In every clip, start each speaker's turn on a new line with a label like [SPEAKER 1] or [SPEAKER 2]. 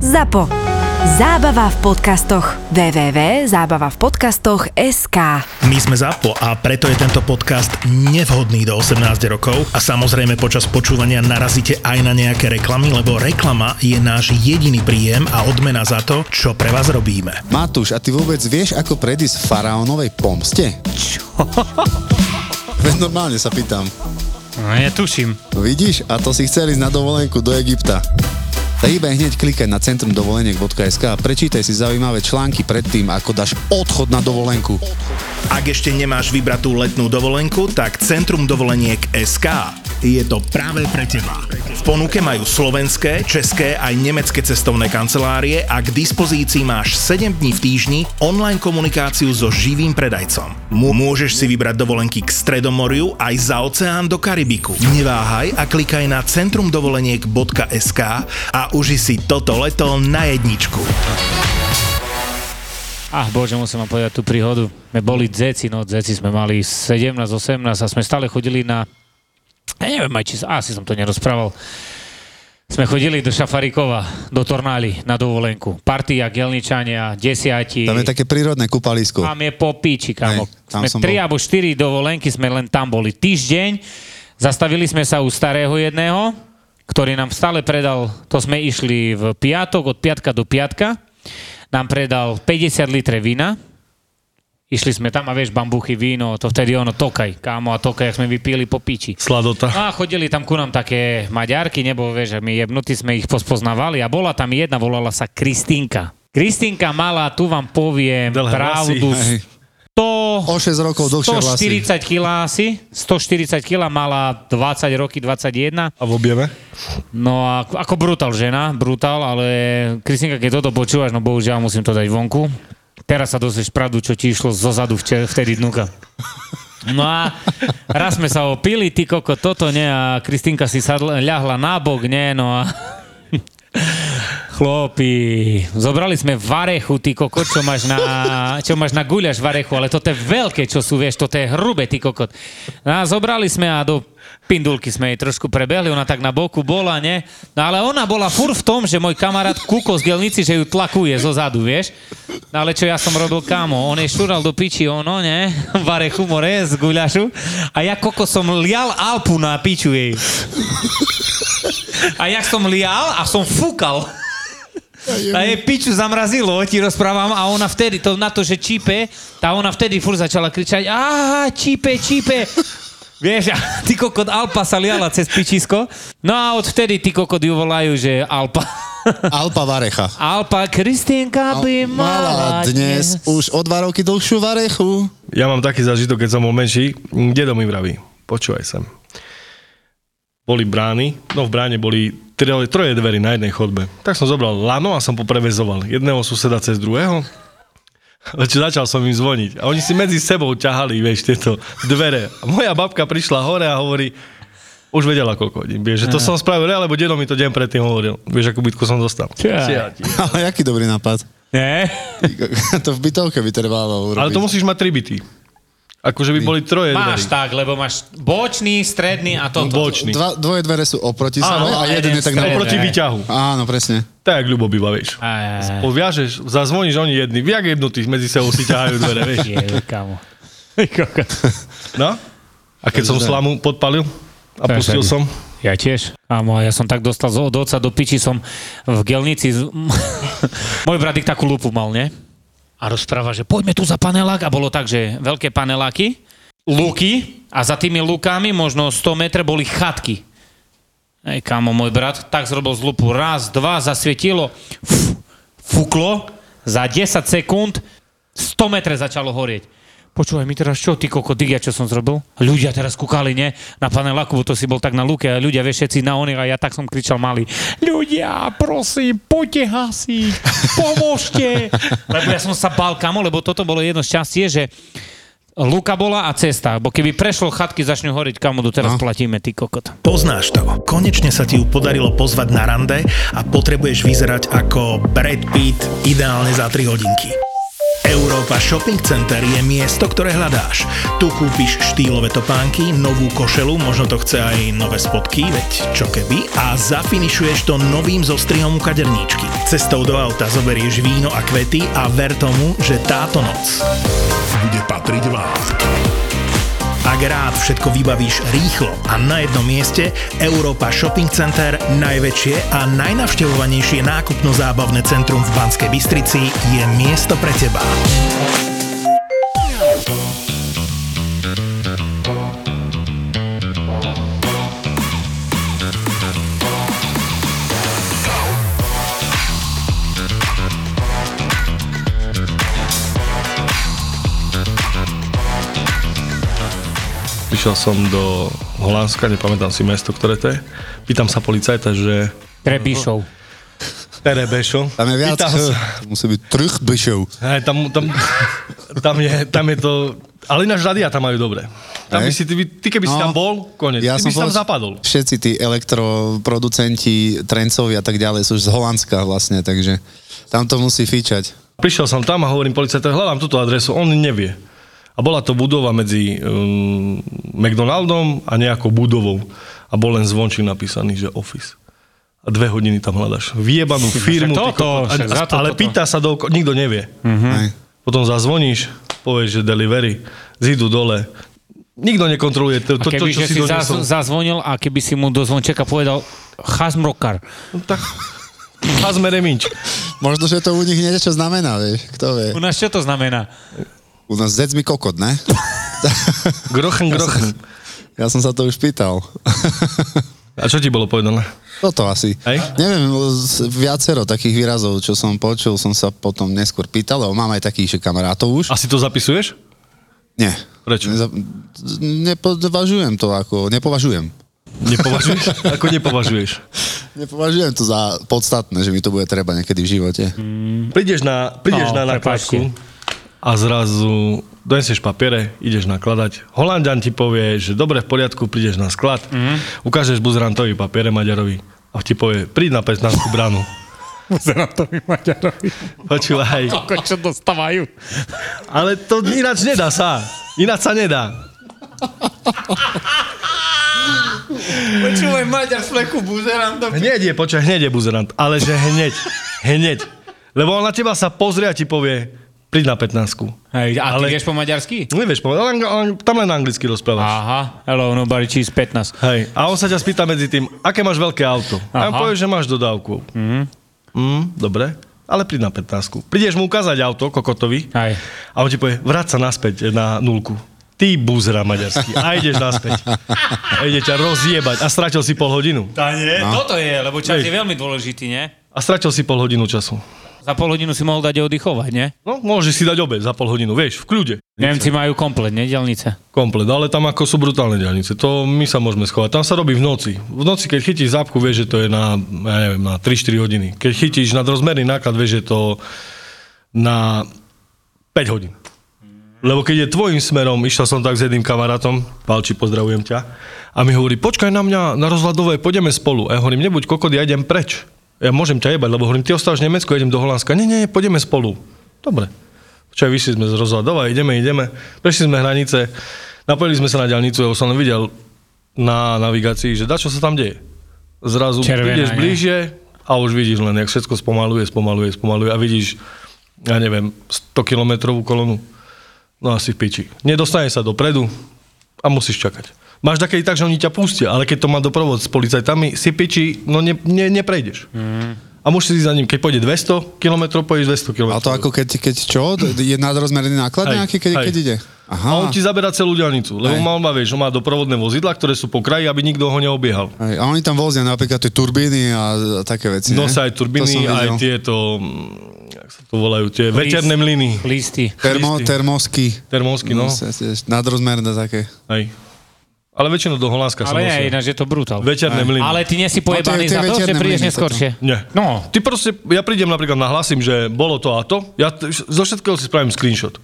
[SPEAKER 1] ZAPO. Zábava v podcastoch. www.zábavavpodcastoch.sk
[SPEAKER 2] My sme ZAPO a preto je tento podcast nevhodný do 18 rokov a samozrejme počas počúvania narazíte aj na nejaké reklamy, lebo reklama je náš jediný príjem a odmena za to, čo pre vás robíme.
[SPEAKER 3] Matúš, a ty vôbec vieš, ako predísť faraónovej pomste? Čo? Veď normálne sa pýtam.
[SPEAKER 4] No ja tuším.
[SPEAKER 3] Vidíš? A to si chcel ísť na dovolenku do Egypta. Tak iba hneď klikaj na centrum dovoleniek.sk a prečítaj si zaujímavé články pred tým, ako dáš odchod na dovolenku.
[SPEAKER 2] Ak ešte nemáš vybratú letnú dovolenku, tak Centrum dovoleniek SK je to práve pre teba. V ponuke majú slovenské, české aj nemecké cestovné kancelárie a k dispozícii máš 7 dní v týždni online komunikáciu so živým predajcom. Mô- Môžeš si vybrať dovolenky k Stredomoriu aj za oceán do Karibiku. Neváhaj a klikaj na centrumdovoleniek.sk a uži si toto leto na jedničku.
[SPEAKER 4] Ach bože, musím vám povedať tú príhodu. My boli dzeci, no dzeci sme mali 17, 18 a sme stále chodili na... Ja neviem aj, či... Asi som to nerozprával. Sme chodili do Šafarikova, do Tornály na dovolenku. Partia, gelničania, desiati.
[SPEAKER 3] Tam je také prírodné kúpalisko.
[SPEAKER 4] Tam je po piči, kámo.
[SPEAKER 3] Hej, tam
[SPEAKER 4] sme
[SPEAKER 3] som
[SPEAKER 4] tri
[SPEAKER 3] bol.
[SPEAKER 4] alebo štyri dovolenky, sme len tam boli. Týždeň, zastavili sme sa u starého jedného, ktorý nám stále predal, to sme išli v piatok, od piatka do piatka, nám predal 50 litre vína, išli sme tam a vieš, bambuchy, víno, to vtedy ono tokaj, kámo a tokaj, ak sme vypili po piči.
[SPEAKER 2] Sladota.
[SPEAKER 4] No a chodili tam ku nám také maďarky, nebo vieš, že my jebnutí sme ich pospoznávali a bola tam jedna, volala sa Kristinka. Kristinka mala, tu vám poviem,
[SPEAKER 2] Dlhé vlasy.
[SPEAKER 4] pravdu,
[SPEAKER 3] Hej.
[SPEAKER 4] 100,
[SPEAKER 3] O 6 rokov dlhšie vlasy.
[SPEAKER 4] 140 kg asi, 140 kg mala 20 roky, 21.
[SPEAKER 2] A v objeme?
[SPEAKER 4] No a ako- ako brutál žena, brutál, ale Kristinka, keď toto počúvaš, no bohužiaľ musím to dať vonku. Teraz sa dozvieš pravdu, čo ti išlo zo zadu vče- vtedy dnuka. No a raz sme sa opili, ty koko, toto nie, a Kristinka si sadla, ľahla na bok, nie, no a... Chlopi, zobrali sme varechu, ty kokot, čo máš na, čo máš na guľaš varechu, ale toto je veľké, čo sú, vieš, toto je hrubé, ty kokot. No a zobrali sme a do pindulky sme jej trošku prebehli, ona tak na boku bola, ne? No ale ona bola fur v tom, že môj kamarát Kuko z Gelnici, že ju tlakuje zo zadu, vieš? No ale čo ja som robil, kámo, on jej šural do piči, ono, ne? Varechu more z guľašu a ja koko som lial Alpu na piču jej. A jak som lial a som fúkal. A jej piču zamrazilo, ti rozprávam, a ona vtedy, to na to, že čípe, tá ona vtedy fur začala kričať, aha, čípe, čípe. Vieš, a ty kokot Alpa sa liala cez pičisko. No a odvtedy ty kokot ju volajú, že Alpa.
[SPEAKER 3] Alpa Varecha.
[SPEAKER 4] Alpa Kristinka by
[SPEAKER 3] Mala dnes už o 2 roky dlhšiu varechu.
[SPEAKER 5] Ja mám taký zážitok, keď som bol menší. Dedo mi vraví, počúvaj sem. Boli brány, no v bráne boli troje, troje dvery na jednej chodbe. Tak som zobral lano a som poprevezoval jedného suseda cez druhého. Ale čo začal som im zvoniť. A oni si medzi sebou ťahali, vieš, tieto dvere. A moja babka prišla hore a hovorí, už vedela, koľko hodín. Vieš, že to som spravil, ja, lebo dedo mi to deň predtým hovoril. Vieš, akú bytku som dostal.
[SPEAKER 4] Čaj.
[SPEAKER 5] Ja ti-
[SPEAKER 3] Ale aký dobrý nápad.
[SPEAKER 4] Nie?
[SPEAKER 3] to v bytovke by trebalo urobiť.
[SPEAKER 5] Ale to musíš mať tri byty. Akože by boli troje dverí.
[SPEAKER 4] Máš tak, lebo máš bočný, stredný a toto.
[SPEAKER 5] Bočný.
[SPEAKER 3] Dva, dvoje dvere sú oproti sebe a
[SPEAKER 4] a
[SPEAKER 3] jeden je
[SPEAKER 4] jeden
[SPEAKER 3] tak na...
[SPEAKER 4] v strede.
[SPEAKER 5] Oproti
[SPEAKER 4] Hej.
[SPEAKER 5] výťahu.
[SPEAKER 3] Áno, presne.
[SPEAKER 5] Tak, jak ľubo býva, vieš.
[SPEAKER 4] Aj, aj, aj.
[SPEAKER 5] Poviažeš, zazvoníš oni jedni, jak jednotí medzi sebou si ťahajú dvere, vieš.
[SPEAKER 4] Je, kamo. Ty kokot.
[SPEAKER 5] No? A keď som slamu podpalil a
[SPEAKER 4] Tak,
[SPEAKER 5] pustil
[SPEAKER 4] tak.
[SPEAKER 5] som,
[SPEAKER 4] Ja tiež. Áno, ja som tak dostal zo- od oca do piči, som v gelnici, z- môj bratik takú lupu mal, ne? A rozpráva, že poďme tu za panelák a bolo tak, že veľké paneláky, luky a za tými lukami možno 100 metr boli chatky. Ej, kámo, môj brat tak zrobil z lupu. Raz, dva, zasvietilo, f- fúklo, za 10 sekúnd 100 metre začalo horieť. Počúvaj, my teraz čo, ty koko, digia, čo som zrobil? Ľudia teraz kúkali, ne? Na paneláku, bo to si bol tak na luke a ľudia, vieš, všetci na oných a ja tak som kričal malý. Ľudia, prosím, poďte hasiť, pomôžte. lebo ja som sa bál, kamo, lebo toto bolo jedno šťastie, že Luka bola a cesta, bo keby prešlo chatky, začnú horiť, kamo, doteraz platíme, ty kokot.
[SPEAKER 2] Poznáš to. Konečne sa ti ju podarilo pozvať na rande a potrebuješ vyzerať ako Brad Pitt ideálne za 3 hodinky. Európa Shopping Center je miesto, ktoré hľadáš. Tu kúpiš štýlové topánky, novú košelu, možno to chce aj nové spodky, veď čo keby, a zafinišuješ to novým zostrihom u kaderníčky. Cestou do auta zoberieš víno a kvety a ver tomu, že táto noc bude patriť vám. Ak rád všetko vybavíš rýchlo a na jednom mieste, Európa Shopping Center, najväčšie a najnavštevovanejšie nákupno-zábavné centrum v Banskej Bystrici, je miesto pre teba.
[SPEAKER 5] Prišiel som do Holandska, nepamätám si mesto, ktoré to je. Pýtam sa policajta, že...
[SPEAKER 4] Trebíšov.
[SPEAKER 5] Terebešo.
[SPEAKER 3] Tam je viac,
[SPEAKER 5] Pýtam sa-
[SPEAKER 3] musí byť trchbyšov.
[SPEAKER 5] Hej, tam, tam, tam, je, tam je to... Ale ináč rádia tam majú dobre. Tam by
[SPEAKER 3] Hej.
[SPEAKER 5] si, ty, by- ty
[SPEAKER 3] No,
[SPEAKER 5] keby si tam bol, konec. Ja ty by si tam
[SPEAKER 3] povedal,
[SPEAKER 5] zapadol.
[SPEAKER 3] Všetci tí elektroproducenti, trencovi a tak ďalej sú z Holandska vlastne, takže tam to musí fičať.
[SPEAKER 5] Prišiel som tam a hovorím policajtovi, hľadám túto adresu, on nevie. A bola to budova medzi um, McDonaldom a nejakou budovou. A bol len zvončík napísaný, že office. A dve hodiny tam hľadaš. Vyjebanú firmu.
[SPEAKER 4] však
[SPEAKER 5] ty
[SPEAKER 4] toto,
[SPEAKER 5] kokot.
[SPEAKER 4] však za
[SPEAKER 5] a,
[SPEAKER 4] to
[SPEAKER 5] ale
[SPEAKER 4] toto. Hm.
[SPEAKER 5] pýta sa, do, nikto nevie.
[SPEAKER 3] Mm-hmm. Hej.
[SPEAKER 5] Potom zazvoníš, povieš, že delivery, zídu dole. Nikto nekontroluje
[SPEAKER 4] A
[SPEAKER 5] to, to, to
[SPEAKER 4] keby
[SPEAKER 5] čo
[SPEAKER 4] že
[SPEAKER 5] si
[SPEAKER 4] si zaz,
[SPEAKER 5] donesol.
[SPEAKER 4] zazvonil a keby si mu do zvončeka povedal Chazmrokar.
[SPEAKER 5] No Tak, a sme remič.
[SPEAKER 3] Možno, že to u nich niečo znamená, vieš, kto vie.
[SPEAKER 4] U nás čo to znamená?
[SPEAKER 3] U nás zec mi kokot, ne?
[SPEAKER 5] Grochen, grochen.
[SPEAKER 3] Ja som sa to už pýtal.
[SPEAKER 5] A čo ti bolo povedané?
[SPEAKER 3] Toto asi.
[SPEAKER 5] Hej?
[SPEAKER 3] Neviem, z- viacero takých výrazov, čo som počul, som sa potom neskôr pýtal, lebo mám aj takých, že kamarátov už.
[SPEAKER 5] Asi to zapisuješ?
[SPEAKER 3] Nie.
[SPEAKER 5] Prečo?
[SPEAKER 3] Neza- Nepovažujem to ako, nepovažujem.
[SPEAKER 5] Nepovažuješ? Ako nepovažuješ?
[SPEAKER 3] Nepovažujem to za podstatné, že mi to bude treba niekedy v živote.
[SPEAKER 5] Mm. Prídeš na, prídeš
[SPEAKER 4] No,
[SPEAKER 5] na
[SPEAKER 4] prepáčte.
[SPEAKER 5] nakladku a zrazu donesieš papiere, ideš nakladať. Holandian ti povie, že dobre, v poriadku, prídeš na sklad,
[SPEAKER 4] Mhm.
[SPEAKER 5] mm. ukážeš buzrantovi papiere Maďarovi a ti povie, príď na 15 bránu.
[SPEAKER 4] Pozerám to mi Maďarovi.
[SPEAKER 5] Počúvaj.
[SPEAKER 4] čo dostávajú.
[SPEAKER 5] Ale to ináč nedá sa. Ináč sa nedá.
[SPEAKER 4] Počúvaj Maďar s fleku, buzerám to.
[SPEAKER 5] Hneď je, počkaj, hneď je buzerant. Ale že hneď. Hneď. Lebo on na teba sa pozrie a ti povie, príď na 15
[SPEAKER 4] Hej, a ty
[SPEAKER 5] Ale-
[SPEAKER 4] vieš po maďarsky?
[SPEAKER 5] No Nevieš povedať, ale ale tam len anglicky rozprávaš.
[SPEAKER 4] Aha, hello, nobody cheese 15.
[SPEAKER 5] Hej, a on sa ťa spýta medzi tým, aké máš veľké auto. A on
[SPEAKER 4] Aha.
[SPEAKER 5] povie, že máš dodávku. Mm.
[SPEAKER 4] Mhm,
[SPEAKER 5] Mm, dobre, ale príď na 15. Prídeš mu ukázať auto kokotovi
[SPEAKER 4] Aj.
[SPEAKER 5] a on ti povie, vráť sa naspäť na nulku. Ty buzera maďarský. A ideš naspäť. A ide ťa rozjebať. A stratil si pol hodinu.
[SPEAKER 4] Tá nie, no. toto je, lebo čas je
[SPEAKER 5] Hej.
[SPEAKER 4] veľmi dôležitý, nie?
[SPEAKER 5] A stratil si pol hodinu času.
[SPEAKER 4] Za pol hodinu si mohol dať oddychovať, nie?
[SPEAKER 5] No, môžeš si dať obed za pol hodinu, vieš, v kľude.
[SPEAKER 4] Nemci majú komplet, nie, dielnice?
[SPEAKER 5] Komplet, ale tam ako sú brutálne diaľnice, to my sa môžeme schovať. Tam sa robí v noci. V noci, keď chytíš zápku, vieš, že to je na, ja neviem, na 3-4 hodiny. Keď chytíš nadrozmerný náklad, vieš, že to na 5 hodín. Lebo keď je tvojim smerom, išiel som tak s jedným kamarátom, Palči, pozdravujem ťa, a mi hovorí, počkaj na mňa na rozhľadové, pôjdeme spolu. A ja hovorím, nebuď kokot, ja idem preč. Ja môžem ťa jebať, lebo hovorím, ty ostávaš v Nemecku, ja idem do Holandska. Nie, nie, pôjdeme spolu. Dobre. Čo vyšli sme z rozhľadova, ideme, ideme. Prešli sme hranice, napojili sme sa na ďalnicu, ja už som len videl na navigácii, že dačo sa tam deje. Zrazu
[SPEAKER 4] Červená,
[SPEAKER 5] ideš
[SPEAKER 4] nie?
[SPEAKER 5] bližšie a už vidíš len, jak všetko spomaluje, spomaluje, spomaluje a vidíš, ja neviem, 100-kilometrovú kolonu. No asi v piči. Nedostane sa dopredu a musíš čakať. Máš takedy tak, že oni ťa pustia, ale keď to má doprovod s policajtami, si piči, no ne, ne, neprejdeš.
[SPEAKER 4] Mhm.
[SPEAKER 5] Mm. A môžeš ísť za ním, keď pôjde 200 km, pôjdeš 200 km.
[SPEAKER 3] A to ako keď, keď čo? Je nadrozmerný náklad
[SPEAKER 5] Hej,
[SPEAKER 3] nejaký, keď,
[SPEAKER 5] hej.
[SPEAKER 3] keď ide?
[SPEAKER 5] A on
[SPEAKER 3] Aha.
[SPEAKER 5] ti zaberá celú diaľnicu, lebo
[SPEAKER 3] Hej.
[SPEAKER 5] mal má, vieš, on má doprovodné vozidla, ktoré sú po kraji, aby nikto ho neobiehal.
[SPEAKER 3] Hej, A oni tam vozia napríklad tie turbíny a a také veci, ne?
[SPEAKER 5] Nosia
[SPEAKER 3] To
[SPEAKER 5] aj
[SPEAKER 3] som
[SPEAKER 5] turbíny,
[SPEAKER 3] videl.
[SPEAKER 5] aj tieto, mm, jak sa to volajú, tie veterné mlyny,
[SPEAKER 4] Listy.
[SPEAKER 3] Termo,
[SPEAKER 5] listy.
[SPEAKER 3] termosky.
[SPEAKER 5] termosky, no.
[SPEAKER 3] Nosia tiež Nadrozmerné také.
[SPEAKER 5] Hej. Ale väčšinou do Holandska sa
[SPEAKER 4] Ale nie,
[SPEAKER 5] nosia.
[SPEAKER 4] ináč je to brutál.
[SPEAKER 5] Veterné mlyny.
[SPEAKER 4] Ale ty nie si
[SPEAKER 3] to je- to
[SPEAKER 4] pojebaný
[SPEAKER 3] je
[SPEAKER 4] za to, že
[SPEAKER 3] večerné
[SPEAKER 4] prídeš
[SPEAKER 3] mlyny,
[SPEAKER 4] neskôršie.
[SPEAKER 5] Nie.
[SPEAKER 4] No,
[SPEAKER 5] Ty proste, ja prídem napríklad, nahlasím, že bolo to a to, ja t- zo všetkého si spravím screenshot.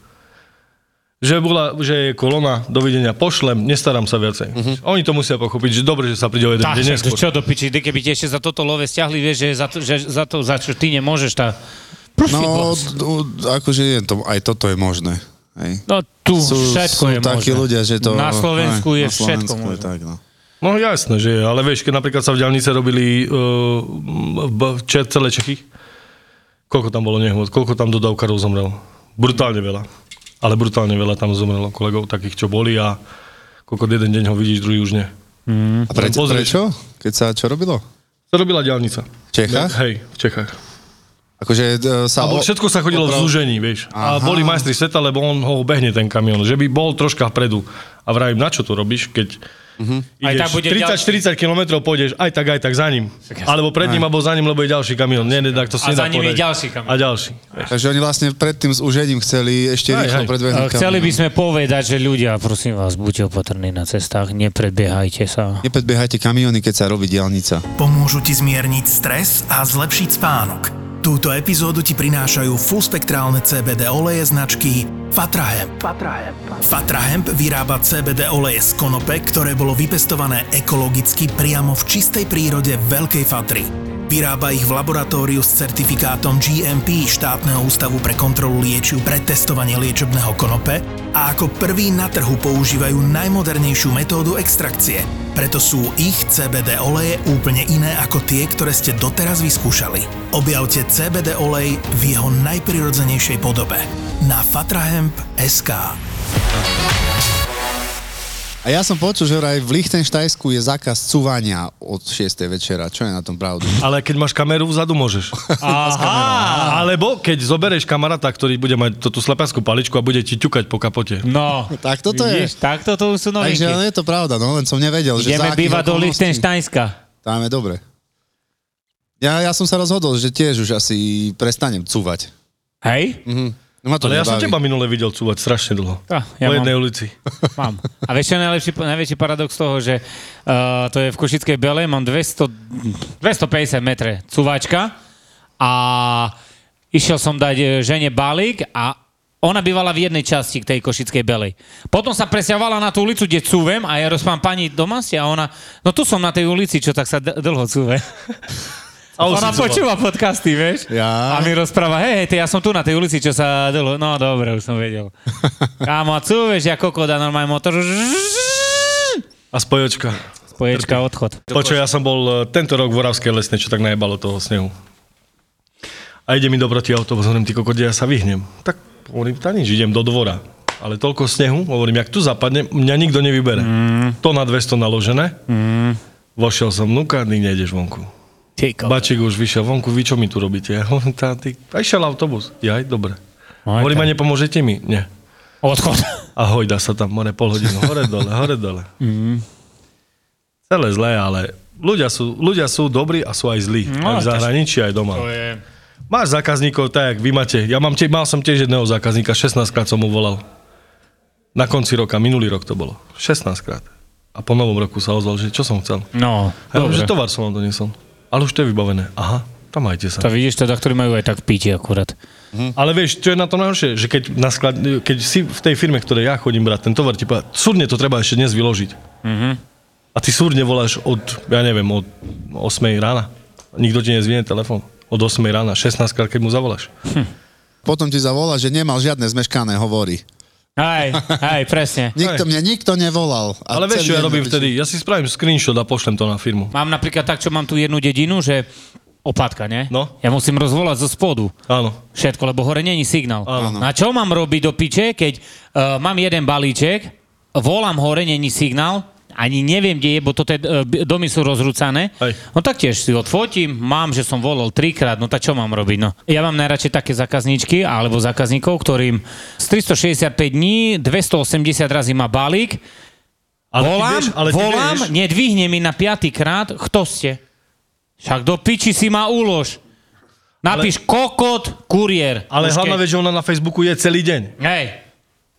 [SPEAKER 5] Že, bola, že je kolona, dovidenia, pošlem, nestaram sa viacej. Oni to musia pochopiť, že dobre, že sa príde o jeden
[SPEAKER 4] Mhm. tak,
[SPEAKER 5] deň
[SPEAKER 4] však,
[SPEAKER 5] neskôr.
[SPEAKER 4] čo do piči, ty keby ti ešte za toto love stiahli, vieš, že za to, že za, to, za čo ty nemôžeš, tá... Proste
[SPEAKER 3] No,
[SPEAKER 4] no,
[SPEAKER 3] d- d- akože je to, aj toto je možné. Hej.
[SPEAKER 4] no tu
[SPEAKER 3] Sú,
[SPEAKER 4] všetko
[SPEAKER 3] sú
[SPEAKER 4] je
[SPEAKER 3] takí
[SPEAKER 4] možné.
[SPEAKER 3] ľudia, že to...
[SPEAKER 4] Na Slovensku je
[SPEAKER 3] na Slovensku
[SPEAKER 4] všetko
[SPEAKER 3] je
[SPEAKER 4] možné.
[SPEAKER 3] Tak, no.
[SPEAKER 5] No e, jasné, že je, ale vieš, keď napríklad sa v ďalnice robili uh, v Če- celé Čechy, Koľko tam bolo nehôd, koľko tam dodávkarov zomrelo. Brutálne veľa. Ale brutálne veľa tam zomrelo kolegov takých, čo boli a koľko jeden deň ho vidíš, druhý už nie.
[SPEAKER 3] A pre,
[SPEAKER 5] Hm. Pozri.
[SPEAKER 3] prečo? Keď sa čo robilo?
[SPEAKER 5] To robila diálnica.
[SPEAKER 3] V Čechách?
[SPEAKER 5] Hej, v Čechách.
[SPEAKER 3] Akože e, sa...
[SPEAKER 5] A bol, všetko sa chodilo v
[SPEAKER 3] oprav-
[SPEAKER 5] zúžení, vieš.
[SPEAKER 3] Aha.
[SPEAKER 5] A boli majstri sveta, lebo on ho behne ten kamión, že by bol troška vpredu. A vrajím, na čo to robíš, keď
[SPEAKER 3] Mhm.
[SPEAKER 4] Aj tak
[SPEAKER 5] ideš
[SPEAKER 4] bude
[SPEAKER 5] 30-40 km pôjdeš, aj tak, aj tak za ním. Alebo pred ním, alebo za ním, lebo je ďalší kamión. Nie, nie, tak to si
[SPEAKER 4] A
[SPEAKER 5] nedá
[SPEAKER 4] za ním je
[SPEAKER 5] povedať.
[SPEAKER 4] ďalší kamión.
[SPEAKER 5] A ďalší.
[SPEAKER 3] Takže oni vlastne predtým s úžením chceli ešte
[SPEAKER 5] Hej,
[SPEAKER 3] rýchlo
[SPEAKER 5] hej.
[SPEAKER 3] predvehnúť.
[SPEAKER 4] A Chceli by
[SPEAKER 3] kamión.
[SPEAKER 4] sme povedať, že ľudia, prosím vás, buďte opatrní na cestách, nepredbiehajte sa.
[SPEAKER 3] Nepredbiehajte kamióny, keď sa robí diálnica.
[SPEAKER 2] Pomôžu ti zmierniť stres a zlepšiť spánok. Túto epizódu ti prinášajú fullspektrálne CBD oleje značky Fatrahemp. Fatrahemp. Fatrahemp vyrába CBD oleje z konope, ktoré bolo vypestované ekologicky priamo v čistej prírode Veľkej Fatry. Vyrába ich v laboratóriu s certifikátom GMP štátneho ústavu pre kontrolu liečiv pre testovanie liečebného konope a ako prvý na trhu používajú najmodernejšiu metódu extrakcie. Preto sú ich CBD oleje úplne iné ako tie, ktoré ste doteraz vyskúšali. Objavte CBD olej v jeho najprirodzenejšej podobe na fatrahemp.sk.
[SPEAKER 3] A ja som počul, že aj v Lichtenštajsku je zákaz cúvania od 6. večera. Čo je na tom pravdu?
[SPEAKER 5] Ale keď máš kameru, vzadu môžeš. Aha, alebo keď zobereš kamaráta, ktorý bude mať tú- tú slepiaskú paličku a bude ti ťukať po kapote.
[SPEAKER 4] No,
[SPEAKER 3] Tak toto je.
[SPEAKER 4] vidíš, tak toto už sú novinky.
[SPEAKER 3] Takže no, je to pravda, no len som nevedel, že
[SPEAKER 4] Ideme
[SPEAKER 3] za akých
[SPEAKER 4] bývať do
[SPEAKER 3] okolností.
[SPEAKER 4] Lichtensteinska.
[SPEAKER 3] Tam je dobre. Ja, ja som sa rozhodol, že tiež už asi prestanem cúvať.
[SPEAKER 4] Hej?
[SPEAKER 3] No ma to
[SPEAKER 5] Ale ja som
[SPEAKER 3] nebaví.
[SPEAKER 5] teba minule videl cúvať strašne dlho.
[SPEAKER 4] Ah, ja
[SPEAKER 5] po
[SPEAKER 4] mám-
[SPEAKER 5] jednej ulici.
[SPEAKER 4] Mám. A vieš, čo je najlepší, najväčší paradox toho, že uh, to je v Košickej Bele, mám 200, 250 metre cuvačka a išiel som dať e, žene balík a ona bývala v jednej časti k tej Košickej Belej. Potom sa presťahovala na tú ulicu, kde cúvem a ja rozpám pani doma ste a ona, no tu som na tej ulici, čo tak sa d- dlho cúve.
[SPEAKER 5] A už
[SPEAKER 4] ona
[SPEAKER 5] si cúval.
[SPEAKER 4] počúva podcasty, vieš?
[SPEAKER 3] Ja?
[SPEAKER 4] A mi rozpráva, hej, hej, ty, ja som tu na tej ulici, čo sa dlho... No dobre, už som vedel. Kámo, a cúveš, ja kokoda, normálne motor...
[SPEAKER 5] A spojočka.
[SPEAKER 4] Spoječka, odchod.
[SPEAKER 5] Počuj, ja som bol e, tento rok v Oravskej lesne, čo tak najebalo toho snehu. A ide mi dobroti autobus, hovorím, ty kokode, ja sa vyhnem. Tak hovorím, tá nič, idem do dvora. Ale toľko snehu, hovorím, jak tu zapadne, mňa nikto nevybere. Mm. To na 200 naložené. Mm. Vošiel som vnúka, nikde nejdeš vonku.
[SPEAKER 4] Ty ko-
[SPEAKER 5] Baček už vyšiel vonku, vy čo mi tu robíte? Ja hovorím, tá, ty, a išiel autobus. Jaj, dobre.
[SPEAKER 4] Aj
[SPEAKER 5] Hovorím,
[SPEAKER 4] tak.
[SPEAKER 5] a nepomôžete mi? Nie.
[SPEAKER 4] Odchod.
[SPEAKER 5] A hojda sa tam more pol hodinu, hore dole, hore dole. Mm.
[SPEAKER 4] Mhm.
[SPEAKER 5] Celé zlé, ale ľudia sú, ľudia sú dobrí a sú aj zlí.
[SPEAKER 4] No,
[SPEAKER 5] No,
[SPEAKER 4] tak-
[SPEAKER 5] aj v zahraničí, aj doma. Máš zákazníkov tak, jak vy máte. Ja mám tie, mal som tiež jedného zákazníka, 16 krát som mu volal. Na konci roka, minulý rok to bolo. 16 krát. A po novom roku sa ozval, že čo som chcel.
[SPEAKER 4] No,
[SPEAKER 5] A Ja hovorím,
[SPEAKER 4] dobre.
[SPEAKER 5] že tovar som vám doniesol. Ale už to je vybavené. Aha, tam majte sa.
[SPEAKER 4] To vidíš teda, ktorí majú aj tak píti akurát.
[SPEAKER 5] Ale vieš, čo je na tom najhoršie? Že keď, na sklad, keď si v tej firme, ktorej ja chodím brať ten tovar, ti povie, súrne to treba ešte dnes vyložiť. Mm-hmm. A ty súrne voláš od, ja neviem, od 8 rána. Nikto ti nezvine telefón. Od 8 rána, 16 krát, keď mu zavoláš.
[SPEAKER 3] Potom ti zavolá, že nemal žiadne zmeškané hovory.
[SPEAKER 4] Aj, aj, presne.
[SPEAKER 3] Nikto,
[SPEAKER 5] Hej.
[SPEAKER 3] mňa nikto nevolal. A
[SPEAKER 5] Ale
[SPEAKER 3] celý
[SPEAKER 5] vieš, čo ja
[SPEAKER 3] deň
[SPEAKER 5] robím
[SPEAKER 3] neprišiel.
[SPEAKER 5] vtedy? Ja si spravím screenshot a pošlem to na firmu.
[SPEAKER 4] Mám napríklad tak, čo mám tu jednu dedinu, že opadka, ne?
[SPEAKER 5] No.
[SPEAKER 4] Ja musím rozvolať zo spodu.
[SPEAKER 5] Áno.
[SPEAKER 4] Všetko, lebo hore není signál.
[SPEAKER 5] Áno.
[SPEAKER 4] Na čo mám robiť do piče, keď uh, mám jeden balíček, volám hore, není signál, ani neviem, kde je, bo to tie uh, domy sú rozrúcané.
[SPEAKER 5] Hej.
[SPEAKER 4] No tak tiež si odfotím, mám, že som volal trikrát, no tak čo mám robiť, no. Ja mám najradšej také zákazníčky, alebo zákazníkov, ktorým z 365 dní 280 razy má balík,
[SPEAKER 5] Ale ty
[SPEAKER 4] volám,
[SPEAKER 5] vieš, ale ty
[SPEAKER 4] volám,
[SPEAKER 5] vieš-
[SPEAKER 4] nedvihne mi na piatý krát, kto ste? Však do piči si ma ulož. Napíš kokot kuriér.
[SPEAKER 5] ale
[SPEAKER 4] Už
[SPEAKER 5] hlavná
[SPEAKER 4] keď-
[SPEAKER 5] vec, že ona na Facebooku je celý deň.
[SPEAKER 4] Hej,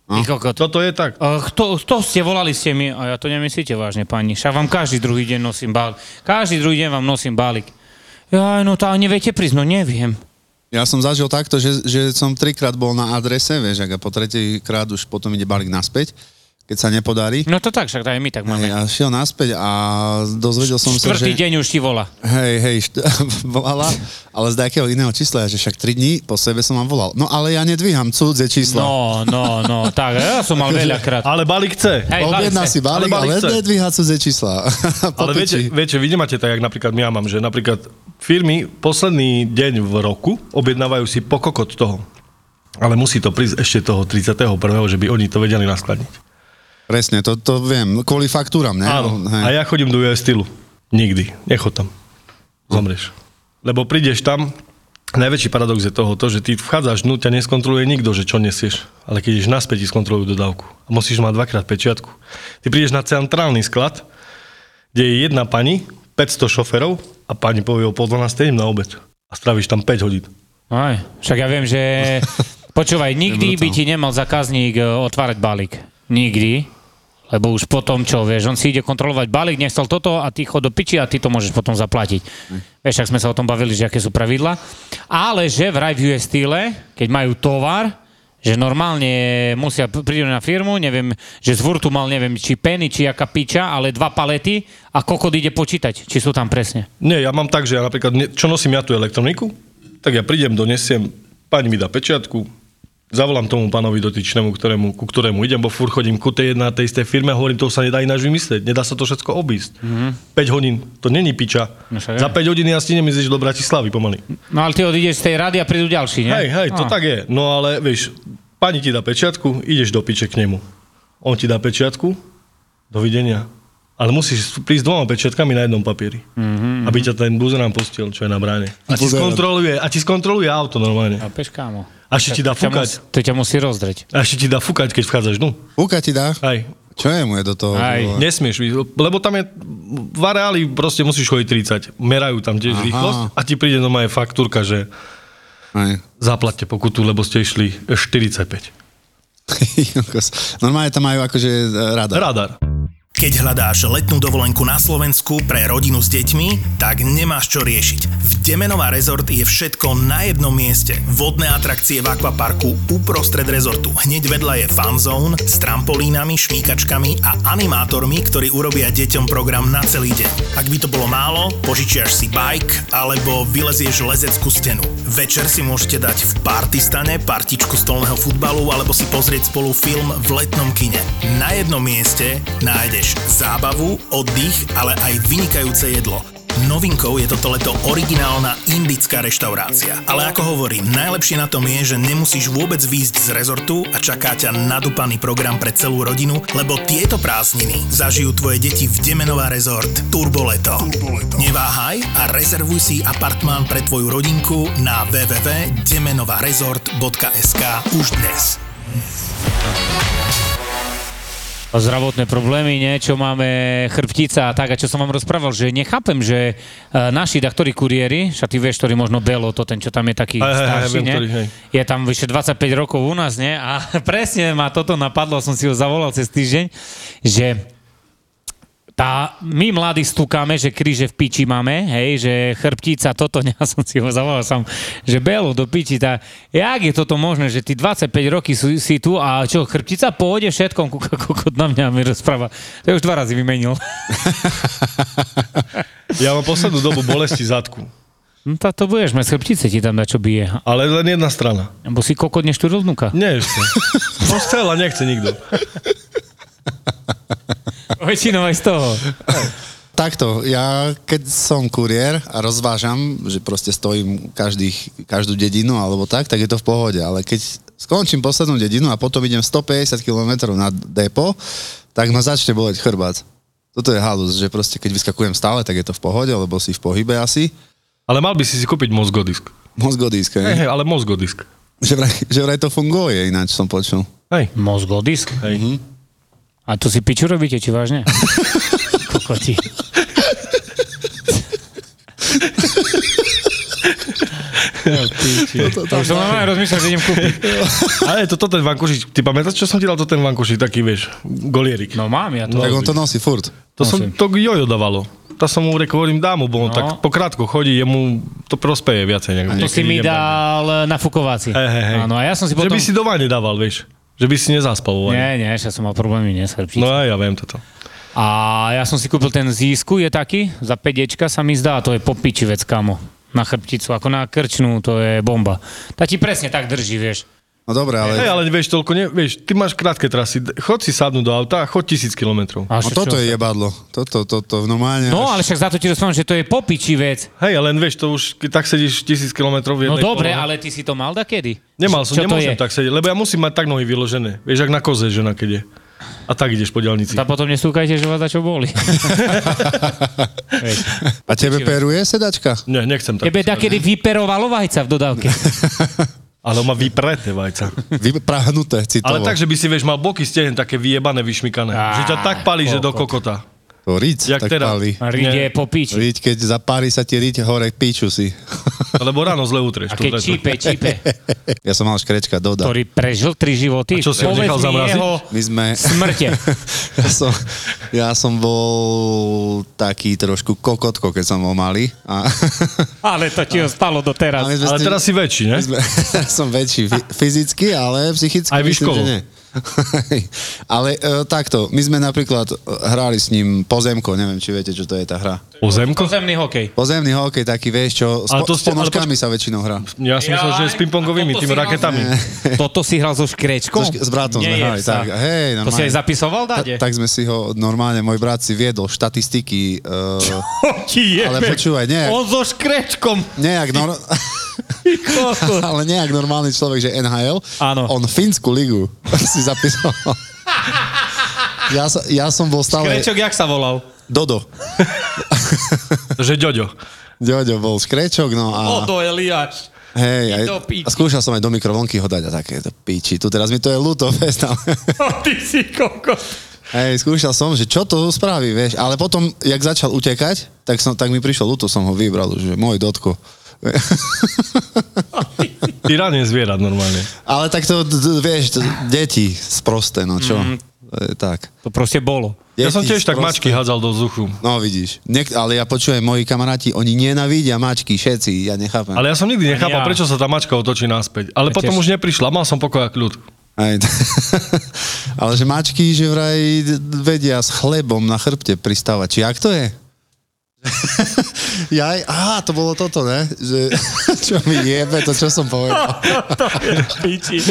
[SPEAKER 4] ty
[SPEAKER 3] Hm?
[SPEAKER 4] kokot.
[SPEAKER 5] Toto je tak.
[SPEAKER 4] A Kto, kto ste, volali ste mi, a ja to nemyslíte vážne, pani, však vám každý druhý deň nosím balík. Každý druhý deň vám nosím balík. Ja, no to ani neviete prísť, no neviem.
[SPEAKER 3] Ja som zažil takto, že, že som trikrát bol na adrese, vieš, ak a po tretí krát už potom ide balík naspäť. keď sa nepodarí.
[SPEAKER 4] No to tak, však to aj my
[SPEAKER 3] Hej,
[SPEAKER 4] tak máme.
[SPEAKER 3] a šiel naspäť a dozvedel som sa,
[SPEAKER 4] Štvrtý
[SPEAKER 3] že...
[SPEAKER 4] deň už ti volá.
[SPEAKER 3] Hej, hej, št- volala, ale z nejakého iného čísla, že však 3 dní po sebe som vám volal. No ale ja nedvíham cudzie čísla.
[SPEAKER 4] No, no, no, tak, ja som mal veľakrát.
[SPEAKER 5] Ale balík chce.
[SPEAKER 4] Hej,
[SPEAKER 3] Akože- Objedná
[SPEAKER 4] chlapce.
[SPEAKER 3] si balík,
[SPEAKER 5] Ale balík
[SPEAKER 3] ale,
[SPEAKER 5] chce.
[SPEAKER 3] nedvíha cudzie čísla. Po
[SPEAKER 5] Ale viete,
[SPEAKER 3] piči.
[SPEAKER 5] viete, vy nemáte tak, jak napríklad ja mám, že napríklad firmy posledný deň v roku objednávajú si pokokot toho. Ale musí to prísť ešte toho 31., že by oni to vedeli naskladniť.
[SPEAKER 3] Presne, to, to viem, kvôli faktúram, ne?
[SPEAKER 5] Áno.
[SPEAKER 3] Hej.
[SPEAKER 5] A ja chodím do US stylu. Nikdy. Nechod tam. Zomrieš. Lebo prídeš tam, najväčší paradox je toho, to, že ty vchádzaš dnu, ťa neskontroluje nikto, že čo nesieš. Ale keď ideš naspäť, ti skontrolujú dodávku. A musíš mať dvakrát pečiatku. Ty prídeš na centrálny sklad, kde je jedna pani, 500 šoferov a pani povie o pol 12 idem na obed. A stravíš tam 5 hodín.
[SPEAKER 4] Aj, však ja viem, že... Počúvaj, nikdy by ti nemal zákazník e, otvárať balík. Nikdy. Lebo už potom, čo vieš, on si ide kontrolovať balík, nechcel toto a ty chod do piči a ty to môžeš potom zaplatiť. Vieš, ak sme sa o tom bavili, že aké sú pravidla. Ale že vraj v US style, keď majú tovar, že normálne musia, prídu na firmu, neviem, že z Vurtu mal, neviem, či peny, či aká piča, ale dva palety a kokot ide počítať, či sú tam presne.
[SPEAKER 5] Nie, ja mám tak, že ja napríklad, ne- čo nosím ja tú elektroniku, tak ja prídem, donesiem, pani mi dá pečiatku, zavolám tomu pánovi dotyčnému, ktorému, ku ktorému idem, bo fur chodím ku tej jednej a tej istej firme a hovorím, to sa nedá ináč vymyslieť, nedá sa to všetko obísť. Mm-hmm. 5 hodín, to není piča.
[SPEAKER 4] Mhm. No však
[SPEAKER 5] Za
[SPEAKER 4] je.
[SPEAKER 5] 5 hodín ja stihnem ísť do Bratislavy pomaly.
[SPEAKER 4] No ale ty odídeš z tej rady a prídu ďalší, nie?
[SPEAKER 5] Hej, hej, to
[SPEAKER 4] No.
[SPEAKER 5] tak je. No ale vieš, pani ti dá pečiatku, ideš do piče k nemu. On ti dá pečiatku, dovidenia. Ale musíš prísť s dvoma pečiatkami na jednom papieri.
[SPEAKER 4] Mhm,
[SPEAKER 5] Mm-hmm. Aby ťa ten buzerán pustil, čo je na bráne. A ti,
[SPEAKER 3] Buzerán.
[SPEAKER 5] skontroluje, a ti skontroluje auto normálne.
[SPEAKER 4] A peš kámo.
[SPEAKER 5] A ešte ti dá
[SPEAKER 4] Ťa mus-
[SPEAKER 5] fúkať.
[SPEAKER 4] To ťa musí rozdreť.
[SPEAKER 5] A ešte ti dá fúkať, keď vchádzaš dnu.
[SPEAKER 3] Uka ti dá?
[SPEAKER 5] Aj.
[SPEAKER 3] Čo je mu je do toho?
[SPEAKER 4] Aj.
[SPEAKER 3] ty vole?
[SPEAKER 5] Nesmieš, vy- lebo tam je, v areáli proste musíš chodiť 30. Merajú tam tiež
[SPEAKER 3] Aha.
[SPEAKER 5] rýchlosť a ti príde normálne faktúrka, že
[SPEAKER 3] Aj.
[SPEAKER 5] zaplatte pokutu, lebo ste išli 45.
[SPEAKER 3] Kokos. Normálne tam majú akože e, rada.
[SPEAKER 5] Radar.
[SPEAKER 2] Keď hľadáš letnú dovolenku na Slovensku pre rodinu s deťmi, tak nemáš čo riešiť. V Demenová rezort je všetko na jednom mieste. Vodné atrakcie v akvaparku uprostred rezortu. Hneď vedľa je fan zone s trampolínami, šmíkačkami a animátormi, ktorí urobia deťom program na celý deň. Ak by to bolo málo, požičiaš si bike alebo vylezieš lezeckú stenu. Večer si môžete dať v partystane partičku stolného futbalu alebo si pozrieť spolu film v letnom kine. Na jednom mieste nájdeš zábavu, oddych, ale aj vynikajúce jedlo. Novinkou je toto leto originálna indická reštaurácia. Ale ako hovorím, najlepšie na tom je, že nemusíš vôbec výjsť z rezortu a čaká ťa nadúpaný program pre celú rodinu, lebo tieto prázdniny zažijú tvoje deti v Demenová rezort Turboleto. Turboleto. Neváhaj a rezervuj si apartmán pre tvoju rodinku na www.demenovarezort.sk už dnes.
[SPEAKER 4] A Zdravotné problémy, nie? Čo máme chrbtica a tak. A čo som vám rozprával, že nechápem, že e, naši daktori kuriéri, však ty vieš, ktorý možno Belo, to ten, čo tam je taký
[SPEAKER 5] Hej, hej, hej,
[SPEAKER 4] starší,
[SPEAKER 5] viem,
[SPEAKER 4] nie?
[SPEAKER 5] ktorý, hej.
[SPEAKER 4] Je tam vyše 25 rokov u nás, nie? A presne ma toto napadlo, som si ho zavolal cez týždeň, že tá, my mladí stúkame, že kríže v piči máme, hej, že chrbtica, toto, ja som si ho zavolal sám, že belo do piči, tá, jak je toto možné, že ty 25 roky sú, si tu a čo, chrbtica pôjde všetkom, kuka, kokot na mňa mi rozpráva. To je už dva razy vymenil.
[SPEAKER 5] Ja mám poslednú dobu bolesti zadku.
[SPEAKER 4] No tá, to budeš mať z chrbtice, ti tam na čo bije.
[SPEAKER 5] Ale len jedna strana.
[SPEAKER 4] Bo si kokot neštúril vnúka.
[SPEAKER 5] Nie ešte. Postela nechce nikto.
[SPEAKER 4] Väčšinou aj z toho.
[SPEAKER 3] Takto, ja keď som kuriér a rozvážam, že proste stojím každých, každú dedinu alebo tak, tak je to v pohode, ale keď skončím poslednú dedinu a potom idem 150 km na depo, tak ma začne boleť chrbát. Toto je halus, že proste keď vyskakujem stále, tak je to v pohode, lebo si v pohybe asi.
[SPEAKER 5] Ale mal by si si kúpiť mozgodisk.
[SPEAKER 3] Mozgodisk,
[SPEAKER 5] Hej,
[SPEAKER 3] hej.
[SPEAKER 5] hej, ale mozgodisk.
[SPEAKER 3] Že vraj, že vraj to funguje, ináč som počul.
[SPEAKER 5] Hej.
[SPEAKER 4] Mozgodisk.
[SPEAKER 5] Hej.
[SPEAKER 4] A to si piču robíte, či vážne? Kokoti. To už som normálne rozmýšľal, že idem kúpiť.
[SPEAKER 5] Ale to, to ten vankušič, ty pamätáš, čo som ti dal to ten vankušič, taký vieš, golierik.
[SPEAKER 4] No mám ja to.
[SPEAKER 3] Tak on to nosí furt.
[SPEAKER 5] To som, to k jojo dávalo. To som mu rekol, hovorím, dám mu, bo on
[SPEAKER 4] No.
[SPEAKER 5] tak pokrátko chodí, jemu to prospeje viacej. nejak-
[SPEAKER 4] to si
[SPEAKER 5] niekedy
[SPEAKER 4] mi
[SPEAKER 5] idem tam.
[SPEAKER 4] dal e, na fukovaci.
[SPEAKER 5] Hej, hej, hej.
[SPEAKER 4] Áno, a ja som si
[SPEAKER 5] Že
[SPEAKER 4] potom...
[SPEAKER 5] by si doma nedával, vieš. Že by si nezaspal vo vani.
[SPEAKER 4] Nie, nie, ešte som mal problémy nesrčiť.
[SPEAKER 5] No aj ja viem toto.
[SPEAKER 4] A ja som si kúpil ten získu, je taký, za 5 sa mi zdá, to je popiči vec, kamo. Na chrbticu, ako na krčnú, to je bomba. Tá ti presne tak drží, vieš.
[SPEAKER 3] No dobre, ale...
[SPEAKER 5] Hej, ale vieš, toľko ne, vieš, ty máš krátke trasy, d- chod si sadnúť do auta a chod tisíc kilometrov.
[SPEAKER 4] A
[SPEAKER 3] No
[SPEAKER 4] čo-
[SPEAKER 3] toto
[SPEAKER 4] čo?
[SPEAKER 3] je jebadlo. Toto, toto, normálne.
[SPEAKER 4] No,
[SPEAKER 3] až-
[SPEAKER 4] ale však za to ti rozprávam, že to je popiči vec.
[SPEAKER 5] Hej, ale vieš, to už, keď tak sedíš tisíc kilometrov v
[SPEAKER 4] No
[SPEAKER 5] jednej
[SPEAKER 4] dobre,
[SPEAKER 5] polohe-
[SPEAKER 4] ale ty si to mal da kedy?
[SPEAKER 5] Nemal som,
[SPEAKER 4] Čo to
[SPEAKER 5] nemôžem
[SPEAKER 4] je?
[SPEAKER 5] tak sedieť, lebo ja musím mať tak nohy vyložené. Vieš, ak na koze žena, keď je. A tak ideš po diálnici.
[SPEAKER 4] Tá potom nestúkajte, že vás za čo boli. Vieš.
[SPEAKER 3] A tebe peruje sedačka?
[SPEAKER 5] Nie, nechcem tak.
[SPEAKER 4] Tebe da kedy vyperovalo vajca v dodávke.
[SPEAKER 5] Ale on má vypreté vajca.
[SPEAKER 3] Vyprahnuté citovo.
[SPEAKER 5] Ale tak, že by si, vieš, mal boky stehen také vyjebané, vyšmikané.
[SPEAKER 4] Á,
[SPEAKER 5] že ťa tak palí, že do kokota.
[SPEAKER 3] To riť
[SPEAKER 5] Jak teda?
[SPEAKER 3] tak
[SPEAKER 5] teraz?
[SPEAKER 3] palí.
[SPEAKER 4] Ride po piči.
[SPEAKER 3] Riť, keď zapári sa ti riť hore, píču si.
[SPEAKER 5] Lebo ráno zle utreš.
[SPEAKER 4] A
[SPEAKER 5] tú
[SPEAKER 4] keď
[SPEAKER 5] dretu.
[SPEAKER 4] čípe, čípe,
[SPEAKER 3] ja som mal škrečka, doda.
[SPEAKER 4] ktorý prežil tri životy,
[SPEAKER 5] A čo si ho
[SPEAKER 4] povedz
[SPEAKER 5] nechal
[SPEAKER 4] mi
[SPEAKER 5] zamraziť?
[SPEAKER 4] jeho
[SPEAKER 3] My sme...
[SPEAKER 4] smrte.
[SPEAKER 3] ja, som, ja som bol taký trošku kokotko, keď som bol malý. A,
[SPEAKER 4] Ale to ti
[SPEAKER 3] a
[SPEAKER 4] ostalo
[SPEAKER 3] my
[SPEAKER 4] doteraz.
[SPEAKER 3] sme
[SPEAKER 5] Ale
[SPEAKER 3] s tým-
[SPEAKER 5] teraz si väčší, ne?
[SPEAKER 3] my sme, som väčší fi- fyzicky, ale psychicky
[SPEAKER 5] Aj
[SPEAKER 3] myslím,
[SPEAKER 5] výškovo.
[SPEAKER 3] že nie. ale e, takto, my sme napríklad e, hrali s ním pozemko, neviem, či viete, čo to je tá hra.
[SPEAKER 5] Pozemko?
[SPEAKER 4] Pozemný hokej.
[SPEAKER 3] Pozemný hokej, taký, vieš čo, s,
[SPEAKER 5] Ale
[SPEAKER 3] po,
[SPEAKER 5] to
[SPEAKER 3] s
[SPEAKER 5] ste- ale
[SPEAKER 3] ponožkami sa väčšinou hrá.
[SPEAKER 5] Ja som myslel, že s pingpongovými,
[SPEAKER 4] A toto
[SPEAKER 5] tými
[SPEAKER 4] si hral-
[SPEAKER 5] raketami.
[SPEAKER 4] Toto si hral so škrečkom?
[SPEAKER 3] So šk- s bratom sme
[SPEAKER 4] Nejeb
[SPEAKER 3] hrali,
[SPEAKER 4] sa.
[SPEAKER 3] tak, hej,
[SPEAKER 4] To si
[SPEAKER 3] normálne.
[SPEAKER 4] aj zapisoval,
[SPEAKER 3] Ta,
[SPEAKER 4] Dade?
[SPEAKER 3] tak sme si ho, normálne, môj brat si viedol štatistiky, e,
[SPEAKER 4] To ti jebe.
[SPEAKER 3] ale počúvaj, nie,
[SPEAKER 4] On so škrečkom.
[SPEAKER 3] nejak, nor- ale nejak normálny človek, že NHL,
[SPEAKER 4] Áno.
[SPEAKER 3] on Fínsku ligu si zapísal. Ja, som- ja som bol stále...
[SPEAKER 4] Škrečok, jak sa volal?
[SPEAKER 3] Dodo.
[SPEAKER 5] Že ďoďo.
[SPEAKER 3] Ďoďo bol škrečok, no a...
[SPEAKER 4] Odo Eliáš.
[SPEAKER 3] Hej, aj,
[SPEAKER 4] do píči.
[SPEAKER 3] a skúšal som aj do mikrovlnky ho dať a také do piči. Tu teraz mi to je ľúto, fest, ale...
[SPEAKER 4] Ty si kokos.
[SPEAKER 3] Hej, skúšal som, že čo to spraví, vieš, ale potom, jak začal utekať, tak, som, tak mi prišlo ľúto, som ho vybral už, že môj dotko.
[SPEAKER 5] Ty rád zvierat normálne.
[SPEAKER 3] ale tak to, d- d- vieš, to, deti sprosté, no čo, to je tak.
[SPEAKER 4] To proste bolo.
[SPEAKER 5] Mhm. Ja som
[SPEAKER 3] Deti
[SPEAKER 5] tiež tak
[SPEAKER 3] sprosté.
[SPEAKER 5] mačky hádzal do vzduchu.
[SPEAKER 3] No vidíš, Niek- ale ja počujem, moji kamaráti, oni nenávidia mačky, všetci, ja nechápem.
[SPEAKER 5] Ale ja som nikdy nechápal,
[SPEAKER 4] ja.
[SPEAKER 5] prečo sa tá mačka otočí naspäť. Ale
[SPEAKER 4] Ja
[SPEAKER 5] potom
[SPEAKER 4] tiež.
[SPEAKER 5] už neprišla, mal som pokoj a kľud.
[SPEAKER 3] Aj, t- ale že mačky, že vraj d- d- vedia s chlebom na chrbte pristávať. Či jak to je? Jaj, á, to bolo toto, ne? Že, čo mi jebe, to čo som povedal.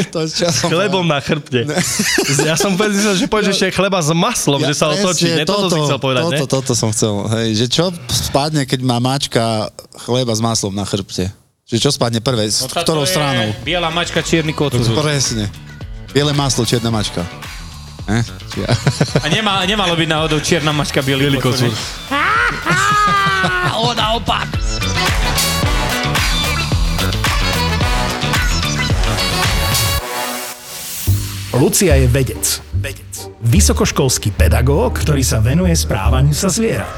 [SPEAKER 3] to, čo som
[SPEAKER 5] Chlebom na chrbte. Ja som povedal, že povieš ešte chleba s maslom,
[SPEAKER 3] povedal.
[SPEAKER 5] že sa otočí.
[SPEAKER 3] presne
[SPEAKER 5] Ne, toto, si chcel povedať,
[SPEAKER 3] toto,
[SPEAKER 5] ne?
[SPEAKER 3] toto som chcel. Hej, že čo spadne, keď má mačka chleba s maslom na chrbte? Že čo spadne prvé? S
[SPEAKER 4] No
[SPEAKER 3] ktorou stranou?
[SPEAKER 4] Biela mačka, čierny kotus.
[SPEAKER 3] Presne. Biele maslo, čierna mačka. Eh? Či ja.
[SPEAKER 4] A nemá, nemalo byť náhodou čierna mačka, bielý,
[SPEAKER 5] Bielý kocúr.
[SPEAKER 4] A on naopak.
[SPEAKER 2] Lucia je vedec. Vedec. Vysokoškolský pedagóg, ktorý sa venuje správaniu sa zvierat.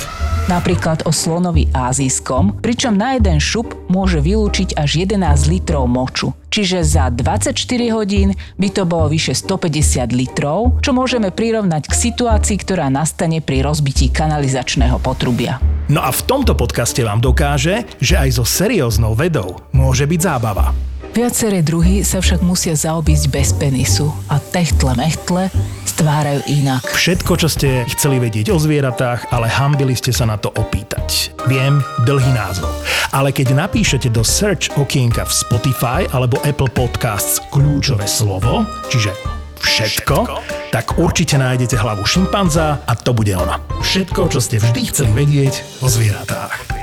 [SPEAKER 6] napríklad o slonovi azijskom, pričom na jeden šup môže vylúčiť až 11 litrov moču. Čiže za 24 hodín by to bolo vyše 150 litrov, čo môžeme prirovnať k situácii, ktorá nastane pri rozbití kanalizačného potrubia.
[SPEAKER 2] No a v tomto podcaste vám dokáže, že aj so serióznou vedou môže byť zábava.
[SPEAKER 6] Viaceré druhy sa však musia zaobísť bez penisu a techtle mechtle stvárajú inak.
[SPEAKER 2] Všetko, čo ste chceli vedieť o zvieratách, ale hambili ste sa na to opýtať. Viem, dlhý názov. Ale keď napíšete do search okienka v Spotify alebo Apple Podcasts kľúčové slovo, čiže všetko, tak určite nájdete hlavu šimpanza a to bude ona. Všetko, čo ste vždy chceli vedieť o zvieratách.